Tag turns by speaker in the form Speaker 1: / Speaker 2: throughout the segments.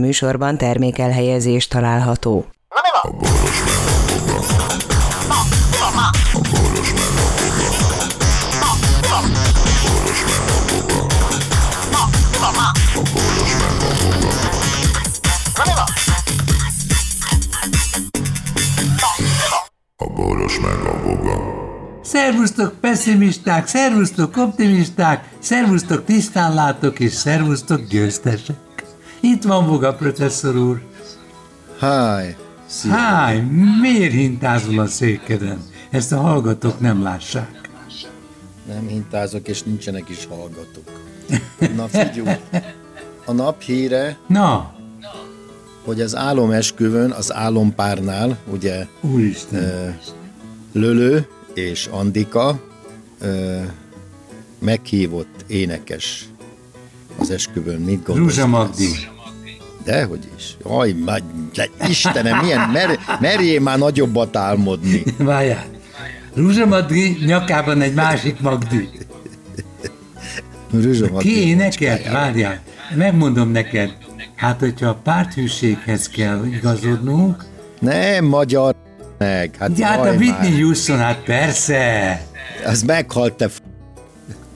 Speaker 1: műsorban termékelhelyezés található.
Speaker 2: Na mi van? Ma, mi van ma? Ma, mi van? Ma, mi van ma? Na mi van? Ma, mi van?
Speaker 3: Szervusztok pessimisták, szervusztok optimisták, szervusztok tisztánlátók és szervusztok győztesek. Itt van Boga professzor úr.
Speaker 4: Háj! Szia!
Speaker 3: Háj, miért hintázol a székeden? Ezt a hallgatók nem lássák.
Speaker 4: Nem hintázok, és nincsenek is hallgatók. Na figyelj! A nap híre,
Speaker 3: Na,
Speaker 4: hogy az álomesküvön, az álompárnál, ugye
Speaker 3: úristen,
Speaker 4: Lölő és Andika ö, meghívott énekes az esküvőn. Mit gondolsz?
Speaker 3: Rúzsa Magdi.
Speaker 4: Dehogy is. Aj, már, de Istenem, milyen mer, merjél már nagyobbat álmodni.
Speaker 3: Várjál. Rúzsa Magdi nyakában egy másik Magdi.
Speaker 4: Rúzsa Magdi
Speaker 3: Ki énekelt?
Speaker 4: macskájával.
Speaker 3: Várjál, megmondom neked. Hát, hogyha a párthűséghez kell igazodnunk,
Speaker 4: Nem, magyar meg. Hát,
Speaker 3: ugye hát a
Speaker 4: jaj,
Speaker 3: Whitney
Speaker 4: már.
Speaker 3: Houston, hát persze.
Speaker 4: Az meghalt, te f-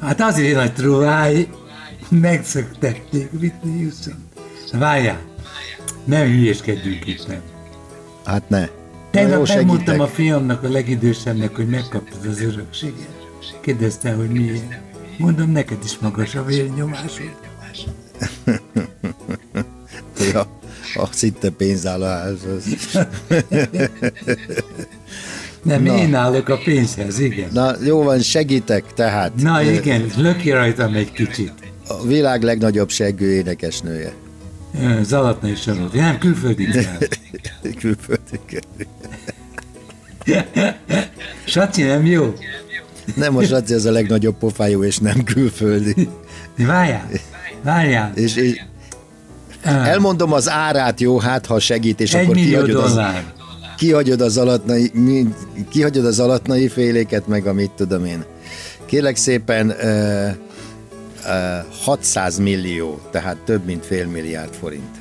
Speaker 3: Hát azért a trúváj, megszöktették Whitney Houston. Várjál, nem hülyéskedjünk itt nem.
Speaker 4: Hát ne. Na
Speaker 3: Tegnap
Speaker 4: jó,
Speaker 3: megmondtam
Speaker 4: segítek.
Speaker 3: a fiamnak, a legidősebbnek, hogy megkaptad az örökséget. Kérdezte, hogy miért. Mondom, neked is magas a vérnyomásod.
Speaker 4: Ja, azt hitte pénz áll a házhoz.
Speaker 3: Nem, Na. én állok a pénzhez, igen. Na,
Speaker 4: Na, jó van, segítek tehát.
Speaker 3: Na
Speaker 4: Ö,
Speaker 3: igen, löki rajtam egy kicsit.
Speaker 4: A világ legnagyobb seggő énekesnője.
Speaker 3: Ö, Zalatnai Sarolti, nem, külföldi kell.
Speaker 4: Külföldi körül.
Speaker 3: Saci, nem jó?
Speaker 4: Nem, a Zsaci az a legnagyobb pofájú, és nem külföldi.
Speaker 3: Várjál, várjál.
Speaker 4: És, és
Speaker 3: Ö,
Speaker 4: elmondom az árát, jó, hát ha segít, és
Speaker 3: Egy
Speaker 4: akkor
Speaker 3: millió
Speaker 4: kihagyod az,
Speaker 3: dollár.
Speaker 4: kihagyod az alatnai, mi, kihagyod az alatnai féléket, meg amit tudom én. Kérlek szépen, ö, ö, 600 millió, tehát több mint fél milliárd forint.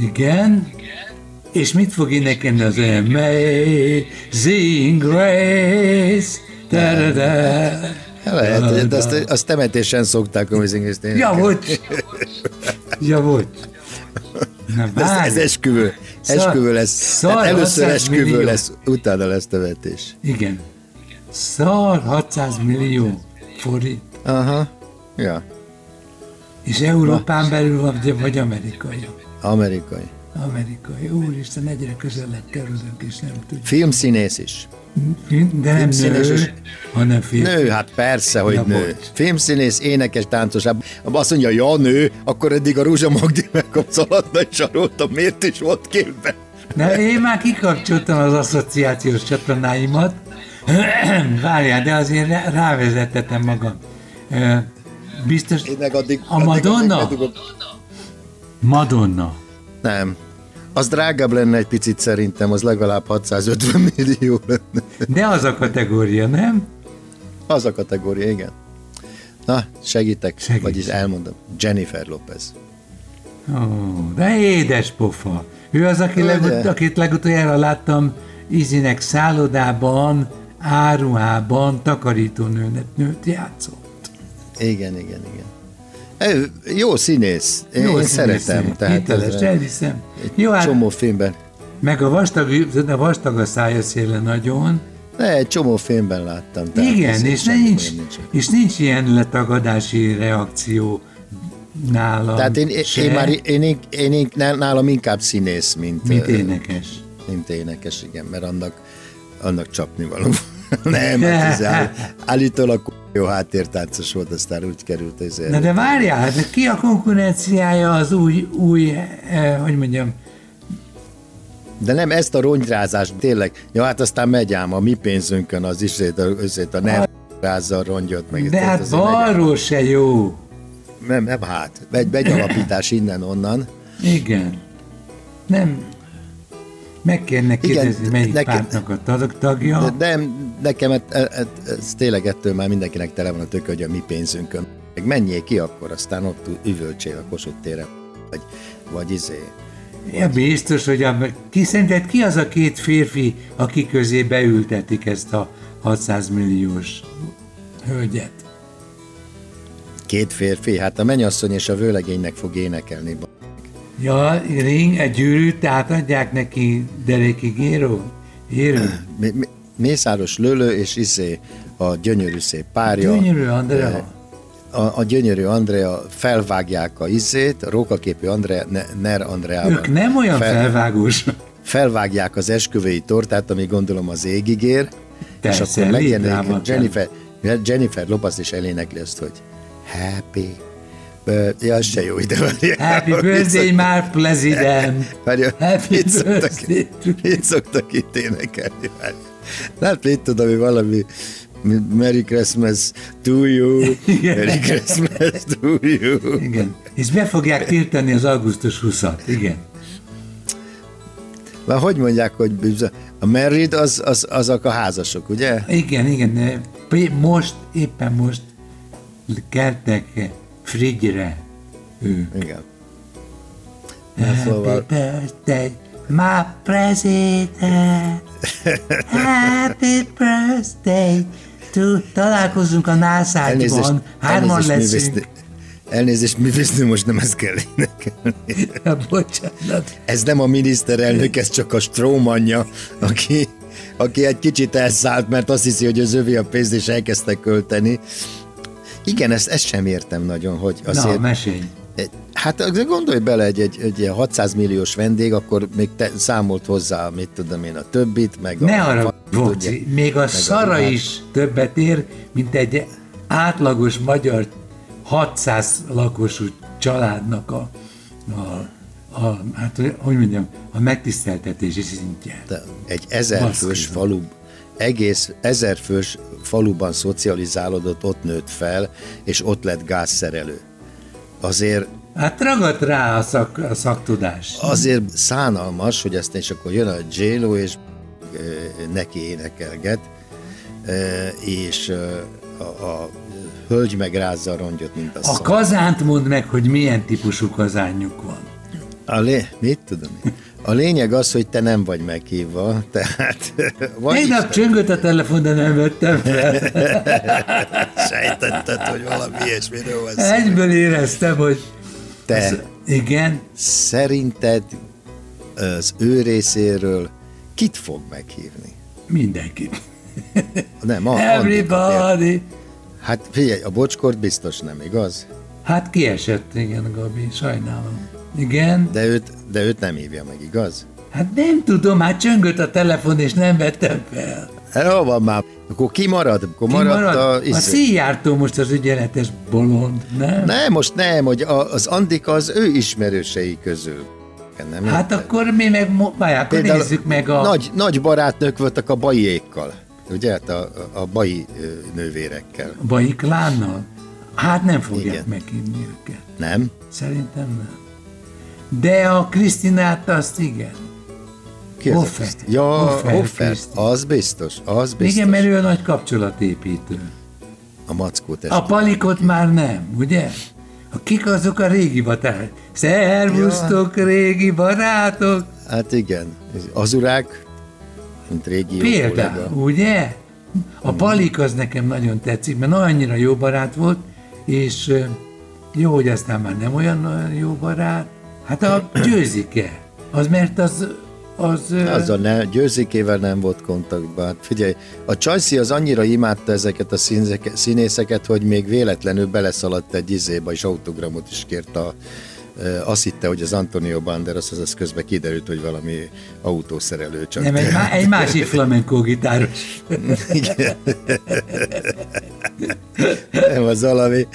Speaker 3: Igen. És mit fog énekelni az Amazing Grace? Da, da, da.
Speaker 4: Lehet, hogy de azt, azt temetésen szokták a műzingészt
Speaker 3: Ja, volt. Ja, volt. Na,
Speaker 4: ez, ez
Speaker 3: várj.
Speaker 4: esküvő.
Speaker 3: Szar-
Speaker 4: Esküvő lesz.
Speaker 3: szar
Speaker 4: Tehát először
Speaker 3: 600
Speaker 4: esküvő
Speaker 3: millió.
Speaker 4: lesz, utána lesz temetés.
Speaker 3: Igen. Szar 600 millió forint.
Speaker 4: Aha. Ja,
Speaker 3: És Európán belül van, vagy- vagy amerikai.
Speaker 4: amerikai.
Speaker 3: Amerikai. Úristen, egyre közelebb kerülünk, és nem tudjuk.
Speaker 4: Filmszínész is.
Speaker 3: De nem
Speaker 4: Filmszínes is.
Speaker 3: nő, hanem férfi.
Speaker 4: Nő, hát persze, hogy
Speaker 3: Ja,
Speaker 4: nő.
Speaker 3: bocs.
Speaker 4: Filmszínész, énekes, táncos. Hát Azt mondja, ja, nő, akkor eddig a Rúzsa Magdi megkapsz alatt nagy sarolta, miért is volt képben?
Speaker 3: Na, én már kikapcsoltam az asszociációs csatornáimat. Várjál, de azért rá- rávezettetem magam. Ö, Biztos
Speaker 4: Én meg addig...
Speaker 3: A
Speaker 4: addig-
Speaker 3: Madonna?
Speaker 4: addig- addig-
Speaker 3: Madonna.
Speaker 4: Nem. Az drágább lenne egy picit szerintem, az legalább 650 millió lenne.
Speaker 3: De az a kategória, nem?
Speaker 4: Az a kategória, igen. Na, segítek,
Speaker 3: Segíts.
Speaker 4: Segít. vagyis elmondom. Jennifer Lopez.
Speaker 3: Ó, de édes pofa. Ő az, aki
Speaker 4: Ugye?
Speaker 3: legut- akit legutoljára láttam Izinek szállodában, áruhában, takarítónőnet nőt játszó.
Speaker 4: Igen, igen, igen. Ő, jó színész. Én, jó én
Speaker 3: színész,
Speaker 4: szeretem.
Speaker 3: színész.
Speaker 4: Tehát
Speaker 3: Hiteles,
Speaker 4: ez egy
Speaker 3: elhiszem. Jó, hát
Speaker 4: csomó filmben.
Speaker 3: Meg a vastag, a vastag a szája széle nagyon.
Speaker 4: Ne, egy csomó filmben láttam. Tehát ez
Speaker 3: Igen, és
Speaker 4: semmi
Speaker 3: nincs,
Speaker 4: olyan
Speaker 3: és nincs ilyen letagadási reakció nálam
Speaker 4: Tehát én, én,
Speaker 3: se,
Speaker 4: én már én, én, én, én, nálam inkább színész, mint,
Speaker 3: mint
Speaker 4: ö,
Speaker 3: énekes.
Speaker 4: mint énekes, igen, mert annak, annak csapni való. Nem, hát ez áll, állítólag k- jó háttértáncos volt, aztán úgy került ez
Speaker 3: Na
Speaker 4: el.
Speaker 3: de várjál, hát ki a konkurenciája az új, új eh, hogy mondjam,
Speaker 4: De nem ezt a rongyrázást, tényleg. Jó, hát aztán megy ám, a mi pénzünkön az is, összét a nem rázza a rongyot. Meg
Speaker 3: Ah. de
Speaker 4: tehát
Speaker 3: hát
Speaker 4: azért megy ám.
Speaker 3: balról se jó.
Speaker 4: Nem, nem hát. Egy begyalapítás innen-onnan.
Speaker 3: Igen. Nem. Meg kéne kérdezni, melyik
Speaker 4: nekem-
Speaker 3: pártnak a tag- tagja.
Speaker 4: De nem, nekem et, et, ez tényleg ettől már mindenkinek tele van a tök, hogy a mi pénzünkön. Meg menjél ki akkor, aztán ott ü- üvöltsél a Kossuth téren. vagy, vagy izé.
Speaker 3: Ja, biztos, hogy a, ki szerinted ki az a két férfi, aki közé beültetik ezt a 600 milliós hölgyet?
Speaker 4: Két férfi, hát a mennyasszony és a vőlegénynek fog énekelni. ba-
Speaker 3: Ja, ring, egy gyűrűt, tehát adják neki deréki géró? Érő?
Speaker 4: Mi- mi- Mészáros Lölő és izé a gyönyörű szép párja.
Speaker 3: Gyönyörű, Andrea.
Speaker 4: a, a gyönyörű Andrea felvágják a izét, a rókaképű Andrea, ne, Ner Andreával.
Speaker 3: Ők nem olyan felvágós.
Speaker 4: Felvágják az esküvői tortát, ami gondolom az égig ér,
Speaker 3: Persze,
Speaker 4: és akkor megjelenik
Speaker 3: Lidlában
Speaker 4: Jennifer, Jennifer Lopez is elénekli ezt, hogy happy. Ö, Ja, az se jó ide van.
Speaker 3: Happy birthday, már president!
Speaker 4: Várja,
Speaker 3: Happy
Speaker 4: mit szoktak,
Speaker 3: birthday to-
Speaker 4: mit szoktak itt énekelni? Várja. Hát mit tudom, hogy valami mi- Merry Christmas to you, Merry Christmas to you.
Speaker 3: Igen. És be fogják tiltani az augusztus 20-at. Igen.
Speaker 4: Már hogy mondják, hogy bizony- a married az, az, azok a házasok, ugye?
Speaker 3: Igen, igen. P- Most, éppen most keltek Frigyre. Ő.
Speaker 4: Igen.
Speaker 3: Hát,
Speaker 4: Na, szóval,
Speaker 3: Happy birthday, my president! Happy birthday! To, találkozunk a
Speaker 4: elnézést,
Speaker 3: nászágyban, hárman
Speaker 4: elnézést,
Speaker 3: leszünk.
Speaker 4: művésznő- elnézést, művésznő, most nem ez kell énekelni.
Speaker 3: Ja, bocsánat.
Speaker 4: Ez nem a miniszterelnök, ez csak a strómanja, aki, aki egy kicsit elszállt, mert azt hiszi, hogy az övé a pénzt, és elkezdte költeni. Igen, ezt, ezt sem értem nagyon, hogy
Speaker 3: Na,
Speaker 4: azért...
Speaker 3: mesélj.
Speaker 4: Egy- Hát de gondolj bele, egy, egy, egy ilyen 600 milliós vendég, akkor még te számolt hozzá, mit tudom én, a többit, meg
Speaker 3: Ne
Speaker 4: a...
Speaker 3: arra,
Speaker 4: tudja. hát.
Speaker 3: Boci, még a szara
Speaker 4: ruhát.
Speaker 3: is többet ér, mint egy átlagos magyar 600 lakosú családnak a, a, a hát, hogy- hogy mondjam, a megtiszteltetési szintje.
Speaker 4: De egy ezerfős
Speaker 3: Baszki.
Speaker 4: falu, egész ezerfős faluban szocializálódott, ott nőtt fel, és ott lett gázszerelő. Azért,
Speaker 3: Hát ragadt rá a, szak, a szaktudás.
Speaker 4: azért szánalmas, hogy ezt és akkor jön a Jélo, és ö, neki énekelget, ö, és ö, a, a hölgy megrázza a rongyot, mint a,
Speaker 3: A
Speaker 4: szar.
Speaker 3: kazánt mondd meg, hogy milyen típusú kazánjuk van.
Speaker 4: A lé... Mit tudom én? A lényeg az, hogy te nem vagy meghívva, tehát vagy
Speaker 3: Egy nap csöngött a telefon, de nem vettem fel.
Speaker 4: sejtetted, hogy valami ilyesmiről van szó.
Speaker 3: Egyből éreztem, hogy
Speaker 4: Te
Speaker 3: igen,
Speaker 4: szerinted az ő részéről kit fog meghívni?
Speaker 3: mindenki.
Speaker 4: Nem, a Andikot ér-
Speaker 3: Everybody.
Speaker 4: Hát figyelj, a bocskort biztos nem, igaz?
Speaker 3: Hát kiesett, igen, Gabi, sajnálom. Igen,
Speaker 4: De őt, de őt nem hívja meg, igaz?
Speaker 3: hát nem tudom, hát csöngött a telefon, és nem vettem fel.
Speaker 4: Hát hol van már? Akkor ki marad? Akkor
Speaker 3: Ki
Speaker 4: marad,
Speaker 3: marad?
Speaker 4: a...
Speaker 3: a
Speaker 4: izé.
Speaker 3: színjártó most az ügyeletes bolond, nem?
Speaker 4: Nem, most nem, hogy a, az Andika az ő ismerősei közül. Nem
Speaker 3: Hát
Speaker 4: érted?
Speaker 3: akkor mi meg, mo- várjál, akkor nézzük meg a...
Speaker 4: Nagy, nagy barátnők voltak a bajékkal, ugye? Hát a, a- a bai ö, nővérekkel,
Speaker 3: Bai Klánnal? Hát nem fogják
Speaker 4: Igen.
Speaker 3: meghívni őket.
Speaker 4: nem?
Speaker 3: Szerintem nem. De a Krisztinát azt igen.
Speaker 4: Ki az a
Speaker 3: Hoffer.
Speaker 4: Kriszti? Ja,
Speaker 3: Hoffer
Speaker 4: Hoffer,
Speaker 3: Kriszti.
Speaker 4: az biztos, az biztos.
Speaker 3: Igen, mert ő a nagy kapcsolatépítő.
Speaker 4: A mackó test.
Speaker 3: A palikot már nem, ugye? A kik azok a régi baták? Szervusztok, régi barátok!
Speaker 4: Hát igen, az urák, mint régi jó kollega. Mm.
Speaker 3: Például, ugye? A palik az nekem nagyon tetszik, mert annyira jó barát volt, és ö, jó, hogy aztán már nem olyan nagyon jó barát. Hát a győzike, az mert az... az ö,
Speaker 4: Azzal ne, győzikével nem volt kontaktban. Hát figyelj, a Csajci az annyira imádta ezeket a színzeke- színészeket, hogy még véletlenül beleszaladt egy izébe, és autogramot is kért a ö, azt hitte, hogy az Antonio Banderas, az, az közben kiderült, hogy valami autószerelő csak.
Speaker 3: nem, egy, má, egy másik flamenco gitáros.
Speaker 4: nem az valami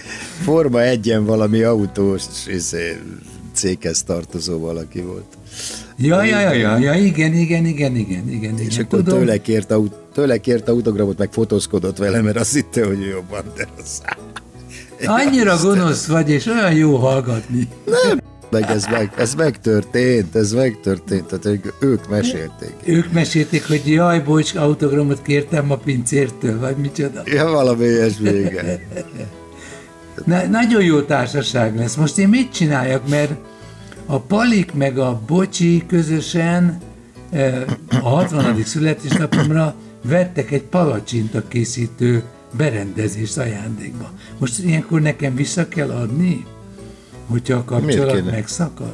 Speaker 4: Forma egyen valami autós izé, céghez tartozó valaki volt.
Speaker 3: Ja, ja, ja, ja, ja, igen, igen, igen, igen, igen,
Speaker 4: És
Speaker 3: igen,
Speaker 4: akkor
Speaker 3: tudom.
Speaker 4: tőle kért, au- tőle kért autogramot, meg fotózkodott vele, mert azt hitte, hogy ő jobban, de az
Speaker 3: Annyira gonosz vagy, és olyan jó hallgatni.
Speaker 4: meg ez, meg, ez megtörtént, ez megtörtént, tehát ők- ők mesélték.
Speaker 3: Ők mesélték, hogy jaj, bocs, autogramot kértem a pincértől, vagy micsoda.
Speaker 4: Ja, valami ilyesmi, igen.
Speaker 3: Na, nagyon jó társaság lesz. Most én mit csináljak, mert A Palik meg a Bocsi közösen eh, a 60. születésnapomra vettek egy palacsinta készítő berendezést ajándékba. Most ilyenkor nekem vissza kell adni, hogyha a kapcsolat
Speaker 4: kéne?
Speaker 3: megszakad?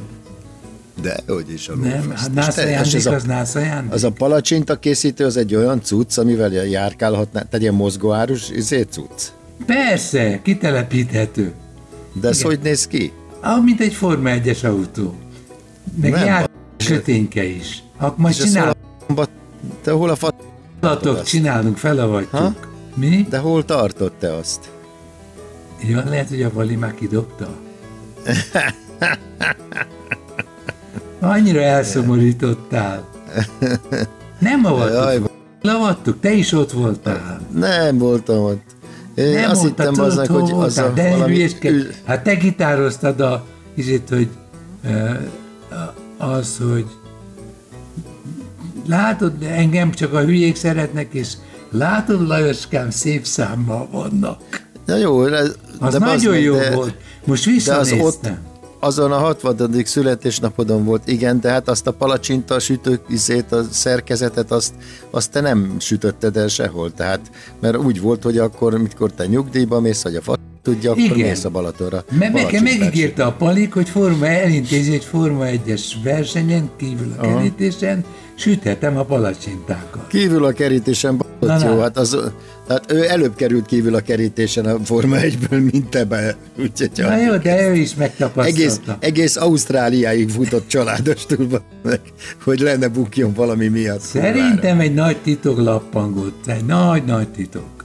Speaker 4: De, hogy is a
Speaker 3: Nem, hát nász ajándék az nász ajándék.
Speaker 4: Az a palacsinta készítő, az egy olyan cucc, amivel járkálhatná, egy ilyen mozgóárus izé cucc.
Speaker 3: Persze, kitelepíthető.
Speaker 4: De ez hogy néz ki?
Speaker 3: Ah, mint egy Forma 1-es autó. Meg
Speaker 4: Nem
Speaker 3: jár köténke is. Ha majd
Speaker 4: És ezt hol
Speaker 3: csinálunk,
Speaker 4: a f***ba- te hol a fa...
Speaker 3: Latok, csinálunk,
Speaker 4: Ha?
Speaker 3: felavatjuk. Mi?
Speaker 4: De hol tartott te azt?
Speaker 3: Ja, lehet, hogy a Vali már kidobta. Annyira elszomorítottál. Nem
Speaker 4: Jaj,
Speaker 3: avattuk. Lavattuk, te is ott voltál.
Speaker 4: Nem voltam ott. Én
Speaker 3: Nem
Speaker 4: azt
Speaker 3: mondta,
Speaker 4: hittem
Speaker 3: tudod,
Speaker 4: aznak,
Speaker 3: hol
Speaker 4: hogy az
Speaker 3: voltál,
Speaker 4: a
Speaker 3: de
Speaker 4: valami...
Speaker 3: hülyéskedj. Hát te gitároztad a, izét, hogy ö, a- az, hogy látod, engem csak a hülyék szeretnek, és látod, Lajoskám, szép számmal vannak.
Speaker 4: Na jó, de,
Speaker 3: Az
Speaker 4: de
Speaker 3: de nagyon
Speaker 4: bazd meg,
Speaker 3: jó
Speaker 4: de,
Speaker 3: volt. Most
Speaker 4: De az
Speaker 3: visszanéztem.
Speaker 4: ott azon a 60. születésnapodon volt, igen, de hát azt a palacsinta sütők izét, a szerkezetet, azt, azt te nem sütötted el sehol, tehát, mert úgy volt, hogy akkor, mikor te nyugdíjba mész, hogy a fa tudja, akkor
Speaker 3: Igen.
Speaker 4: mész a Balatonra.
Speaker 3: Mert nekem
Speaker 4: palacsintát
Speaker 3: megígérte a Palik, hogy forma, elintézi egy Forma 1-es versenyen, kívül a kerítésen, süthetem a palacsintákat.
Speaker 4: Kívül a kerítésen,
Speaker 3: Na,
Speaker 4: na, jó,
Speaker 3: na.
Speaker 4: hát az, hát ő előbb került kívül a kerítésen a Forma 1-ből, mint te be. Úgyhogy
Speaker 3: Na
Speaker 4: a-
Speaker 3: jó, de ő is
Speaker 4: egész,
Speaker 3: megtapasztalta.
Speaker 4: egész Ausztráliáig futott családos túlba, hogy lenne bukjon valami miatt.
Speaker 3: Szerintem egy nagy titok lappangott, egy nagy-nagy titok.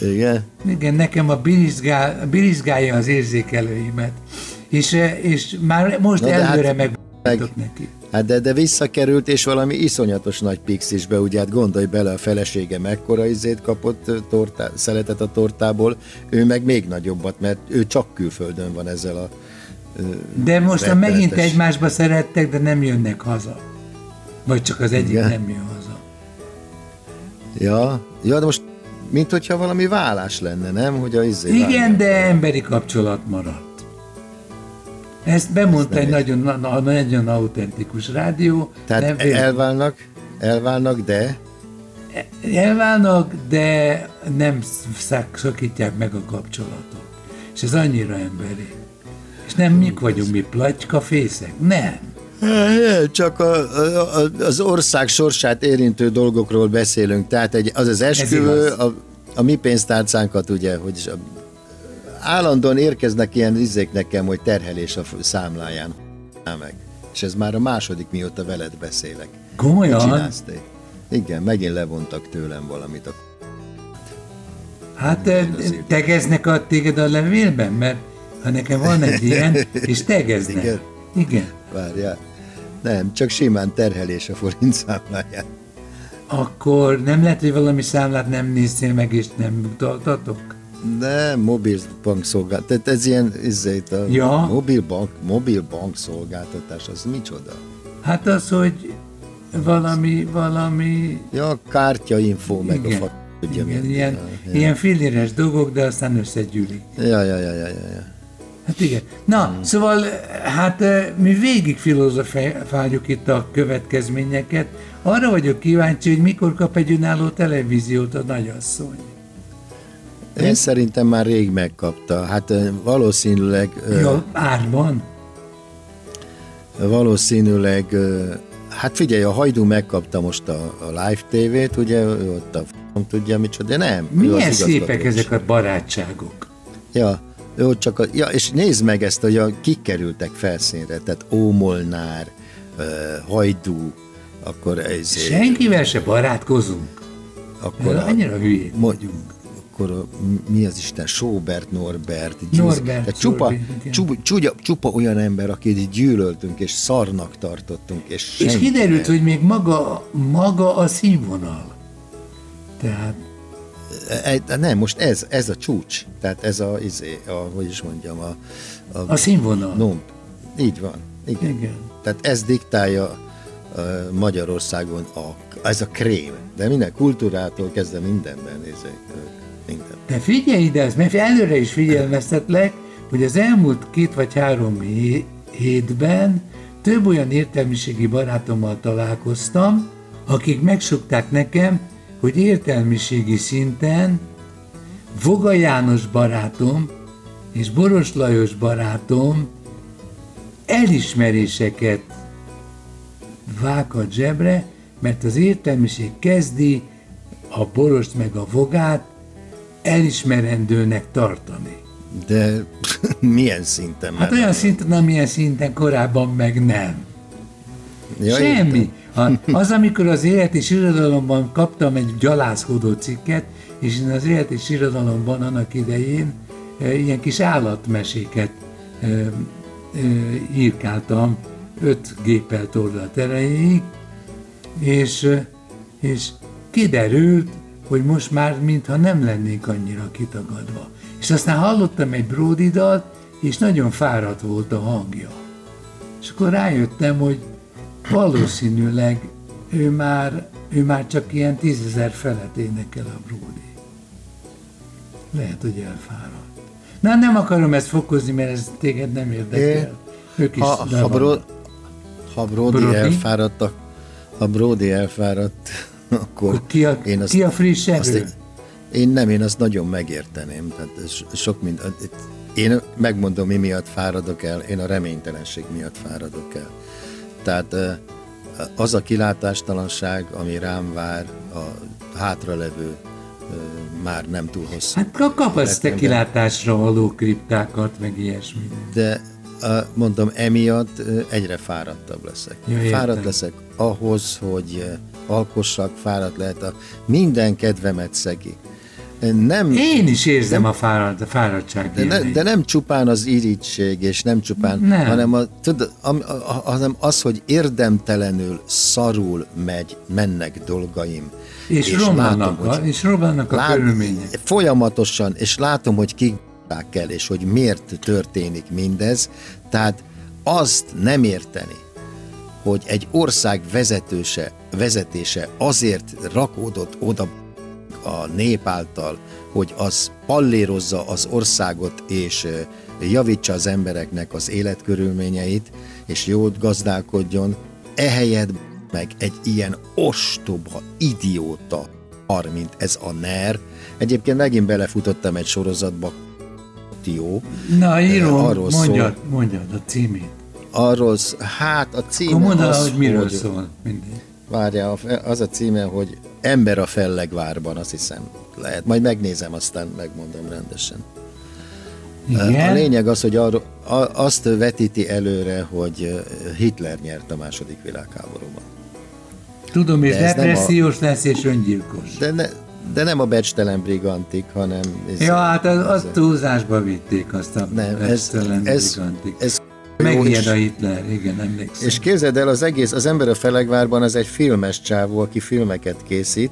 Speaker 4: Igen?
Speaker 3: Igen, nekem a birizgá, birizgálja az érzékelőimet. És, eh, és már most
Speaker 4: Na de
Speaker 3: előre
Speaker 4: hát-
Speaker 3: meg
Speaker 4: meg-
Speaker 3: neki.
Speaker 4: Hát de, de visszakerült, és valami iszonyatos nagy pixisbe, ugye hát gondolj bele, a felesége mekkora izét kapott ö, tortá, szeletet a tortából, ő meg még nagyobbat, mert ő csak külföldön van ezzel a...
Speaker 3: De most ha megint
Speaker 4: Rettenetes.
Speaker 3: egymásba szerettek, de nem jönnek haza. Vagy csak az egyik
Speaker 4: Igen.
Speaker 3: nem jön haza.
Speaker 4: Ja, ja de most mint hogyha valami vállás lenne, nem? Hogy a izé
Speaker 3: Igen,
Speaker 4: válnak.
Speaker 3: de emberi kapcsolat maradt. Ezt bemondta egy nagyon, na- na- nagyon autentikus rádió.
Speaker 4: Tehát
Speaker 3: nem, el...
Speaker 4: elválnak, elválnak, de...
Speaker 3: Elválnak, de nem szak- szakítják meg a kapcsolatot. És ez annyira emberi. És nem mik vagyunk mi, platykafészek? Nem.
Speaker 4: É, Eh, Csak a, a, a- az ország sorsát érintő dolgokról beszélünk. Tehát egy, az az esküvő,
Speaker 3: igaz.
Speaker 4: a, a mi pénztárcánkat ugye, hogy is a, állandóan érkeznek ilyen izék nekem, hogy terhelés a f- számláján. Á, Meg. És ez már a második, mióta veled beszélek.
Speaker 3: Komolyan?
Speaker 4: Csinálsz te? Igen, megint levontak tőlem valamit. A,
Speaker 3: Hát eh, tegeznek a téged a levélben, mert ha nekem van egy ilyen, és tegeznek. Igen.
Speaker 4: Igen.
Speaker 3: Igen.
Speaker 4: várjál. Nem, csak simán terhelés a forint számláján.
Speaker 3: Akkor nem lehet, hogy valami számlát nem néztél meg, és nem utaltatok?
Speaker 4: Nem, mobil bankszolgáltatás. Tehát ez ilyen, ez itt a
Speaker 3: Ja.
Speaker 4: mobil, bank, mobil bankszolgáltatás, az micsoda?
Speaker 3: Hát az, hogy valami, valami,
Speaker 4: Ja, a kártyainfó, meg
Speaker 3: Igen.
Speaker 4: a fa... Ugye,
Speaker 3: igen,
Speaker 4: mi-
Speaker 3: ilyen, ilyen filléres dolgok, de aztán összegyűlik.
Speaker 4: Ja, ja, ja, ja, ja, ja.
Speaker 3: Hát igen. Na, hmm. szóval, hát eh, mi végig filozofáljuk itt a következményeket. Arra vagyok kíváncsi, hogy mikor kap egy önálló televíziót a nagyasszony.
Speaker 4: Én szerintem már rég megkapta. Hát ö, valószínűleg, ö,
Speaker 3: Jó, árban?
Speaker 4: valószínűleg, ö, hát figyelj, a Hajdú megkapta most a, a Live TV-t, ugye, ő ott a f***om tudja micsoda, de nem. ő
Speaker 3: Milyen
Speaker 4: az
Speaker 3: szépek
Speaker 4: igazgató.
Speaker 3: ezek a barátságok.
Speaker 4: Ja, jó, csak a, ja, és nézd meg ezt, hogy a, kik kerültek felszínre, tehát Ómolnár, ö, Hajdú, akkor ez...
Speaker 3: Senkivel se barátkozunk.
Speaker 4: Akkor,
Speaker 3: Mert
Speaker 4: a,
Speaker 3: annyira hülyék
Speaker 4: mo-
Speaker 3: vagyunk.
Speaker 4: akkor a, mi az Isten, Sóbert, Norbert, Győz,
Speaker 3: Norbert,
Speaker 4: tehát csupa,
Speaker 3: Norbert, igen.
Speaker 4: csupa, csupa, csupa olyan ember, akit gyűlöltünk és szarnak tartottunk, és senki
Speaker 3: És kiderült,
Speaker 4: nem.
Speaker 3: hogy még maga, maga a színvonal. Tehát
Speaker 4: E, e, nem, most ez, ez a csúcs, tehát ez a, izé, a hogy is mondjam, a, a,
Speaker 3: a színvonal.
Speaker 4: Nomb. Így van. Igen.
Speaker 3: Igen.
Speaker 4: Tehát ez diktálja ö, Magyarországon a, ez a krém. De minden kultúrától kezdve mindenben nézzék. ö, Minden.
Speaker 3: De figyelj ide, ez, mert előre is figyelmeztetlek, hogy az elmúlt két vagy három hé- 2007-ben több olyan értelmiségi barátommal találkoztam, akik megsukták nekem, hogy értelmiségi szinten Voga János barátom és Boros Lajos barátom elismeréseket vák a zsebre, mert az értelmiség kezdi a borost meg a vogát elismerendőnek tartani.
Speaker 4: De milyen szinten
Speaker 3: Hát
Speaker 4: mennek?
Speaker 3: olyan szinten, amilyen szinten korábban meg nem.
Speaker 4: Ja, értem.
Speaker 3: Semmi. A, az, amikor az élet és irodalomban kaptam egy gyalázkodó cikket, és én az élet és irodalomban annak idején e, ilyen kis állatmeséket e, e, írkáltam öt géppel torlat erejéig, és, e, és kiderült, hogy most már mintha nem lennék annyira kitagadva. És aztán hallottam egy Brody dalt, és nagyon fáradt volt a hangja. És akkor rájöttem, hogy valószínűleg ő már, ő már csak ilyen tízezer felett énekel a Brody. Lehet, hogy elfáradt. Na, nem akarom ezt fokozni, mert ez téged nem
Speaker 4: É,
Speaker 3: érdekel. Ők is
Speaker 4: Ha,
Speaker 3: le
Speaker 4: ha, Bro-
Speaker 3: vannak.
Speaker 4: ha Brody,
Speaker 3: Brody?
Speaker 4: elfáradt, ak- ha Brody elfáradt, akkor
Speaker 3: Akkor ki a,
Speaker 4: én azt,
Speaker 3: ki a friss
Speaker 4: azt
Speaker 3: erő?
Speaker 4: én, én nem, én azt nagyon megérteném. Tehát ez so- sok mind, én megmondom, mi miatt fáradok el, én a reménytelenség miatt fáradok el. Tehát ö, az a kilátástalanság, ami rám vár a hátralevő ö, már nem túl hosszú
Speaker 3: Hát ka- kaphatsz te
Speaker 4: életemben.
Speaker 3: kilátásra való kriptákat, meg ilyesmit.
Speaker 4: de ö, mondom, emiatt ö, egyre fáradtabb leszek.
Speaker 3: Jó, értem.
Speaker 4: Fáradt leszek ahhoz, hogy ö, alkossak, fáradt lehet a minden kedvemet szegi. Nem,
Speaker 3: Én is érzem a fárad, fáradtság
Speaker 4: de, ne,
Speaker 3: jeleit.
Speaker 4: de nem csupán az irigység, és nem csupán,
Speaker 3: Nem.
Speaker 4: hanem a, tudod, am, a, a, hanem az, hogy érdemtelenül szarul megy, mennek dolgaim.
Speaker 3: és, és romlanak,
Speaker 4: hogy-
Speaker 3: a, és romlanak a körülmények.
Speaker 4: Folyamatosan, és látom, hogy kik el, és hogy miért történik mindez. Tehát azt nem érteni, hogy egy ország vezetőse, vezetése azért rakódott oda a nép által, hogy az pallérozza az országot és ö, javítsa az embereknek az életkörülményeit, és jól gazdálkodjon, ehelyett meg egy ilyen ostoba, idióta ar, mint ez a NER. Egyébként megint belefutottam egy sorozatba, jó.
Speaker 3: Na, írom,
Speaker 4: arról szól.
Speaker 3: mondjad, mondjad a címét.
Speaker 4: Arról, sz- hát a címe
Speaker 3: Akkor mondd el,
Speaker 4: az,
Speaker 3: hogy miről szól. Mindegy.
Speaker 4: Várja, a fe- az a címe, hogy Ember a fellegvárban, azt hiszem. Lehet, majd megnézem, aztán megmondom rendesen.
Speaker 3: Igen?
Speaker 4: A lényeg az, hogy arról, a, azt vetíti előre, hogy ö, Hitler nyert a második világháborúban.
Speaker 3: Tudom, és
Speaker 4: De ez nem
Speaker 3: depressziós lesz, és öngyilkos.
Speaker 4: De, ne, de nem a becstelen brigantik, hanem... Ez,
Speaker 3: Ja, hát az, az túlzásba vitték azt a
Speaker 4: nem, ez,
Speaker 3: bestelen
Speaker 4: ez,
Speaker 3: gigantik.
Speaker 4: ez
Speaker 3: Megijed
Speaker 4: és-
Speaker 3: a Hitler, igen, emlékszem.
Speaker 4: És képzeld el, az egész, az ember a Felegvárban az egy filmes csávó, aki filmeket készít.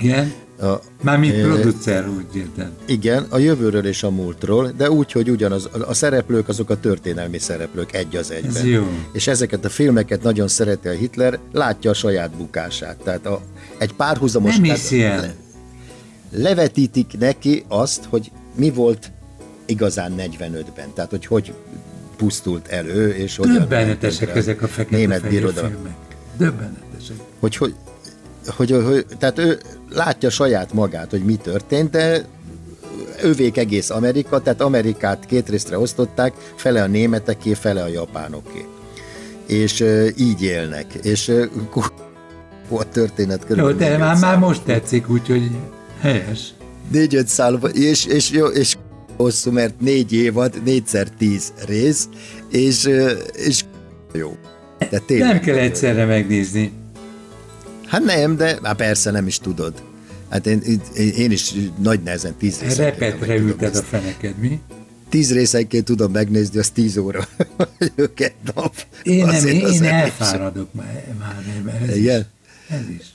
Speaker 3: igen?
Speaker 4: A,
Speaker 3: Mármint
Speaker 4: ö,
Speaker 3: producer, úgy értem.
Speaker 4: Igen, a jövőről és a múltról, de úgy, hogy ugyanaz, a- a szereplők azok a történelmi szereplők egy az egyben.
Speaker 3: Ez jó.
Speaker 4: És ezeket a filmeket nagyon szereti a Hitler, látja a saját bukását. Tehát a, egy párhuzamos...
Speaker 3: Nem
Speaker 4: tehát
Speaker 3: hiszi el.
Speaker 4: le- Levetítik neki azt, hogy mi volt igazán 45-ben, tehát hogy hogy pusztult elő, és hogy...
Speaker 3: Döbbenetesek ezek a
Speaker 4: Német
Speaker 3: fekete-fehér
Speaker 4: birodalom
Speaker 3: filmek. Döbbenetesek.
Speaker 4: hogy, hogy, hogy, hogy tehát ő látja saját magát, hogy mi történt, de övék egész Amerika, tehát Amerikát két részre osztották, fele a németeké, fele a japánoké. És ö, így élnek, és ö, ku- a történet
Speaker 3: Jó,
Speaker 4: körülbelül.
Speaker 3: de
Speaker 4: négy-öt
Speaker 3: már, már
Speaker 4: szál.
Speaker 3: most tetszik, úgyhogy helyes.
Speaker 4: Négy-öt szál, és, és jó, és hosszú, mert négy évad, négyszer tíz rész, és, ö, és jó. De tényleg.
Speaker 3: Nem kell egyszerre megnézni.
Speaker 4: Hát nem, de hát persze nem is tudod. Hát én, én- én is nagy nehezen tíz részenként,
Speaker 3: Repetre
Speaker 4: amíg tudom
Speaker 3: ülted a
Speaker 4: ezt.
Speaker 3: feneked, mi?
Speaker 4: Tíz részenként tudom megnézni, az tíz óra. Vagy két nap.
Speaker 3: Én, nem,
Speaker 4: Azért
Speaker 3: én,
Speaker 4: az
Speaker 3: én
Speaker 4: nem is-
Speaker 3: elfáradok már, már ebben. Ez
Speaker 4: Igen.
Speaker 3: Is, ez is.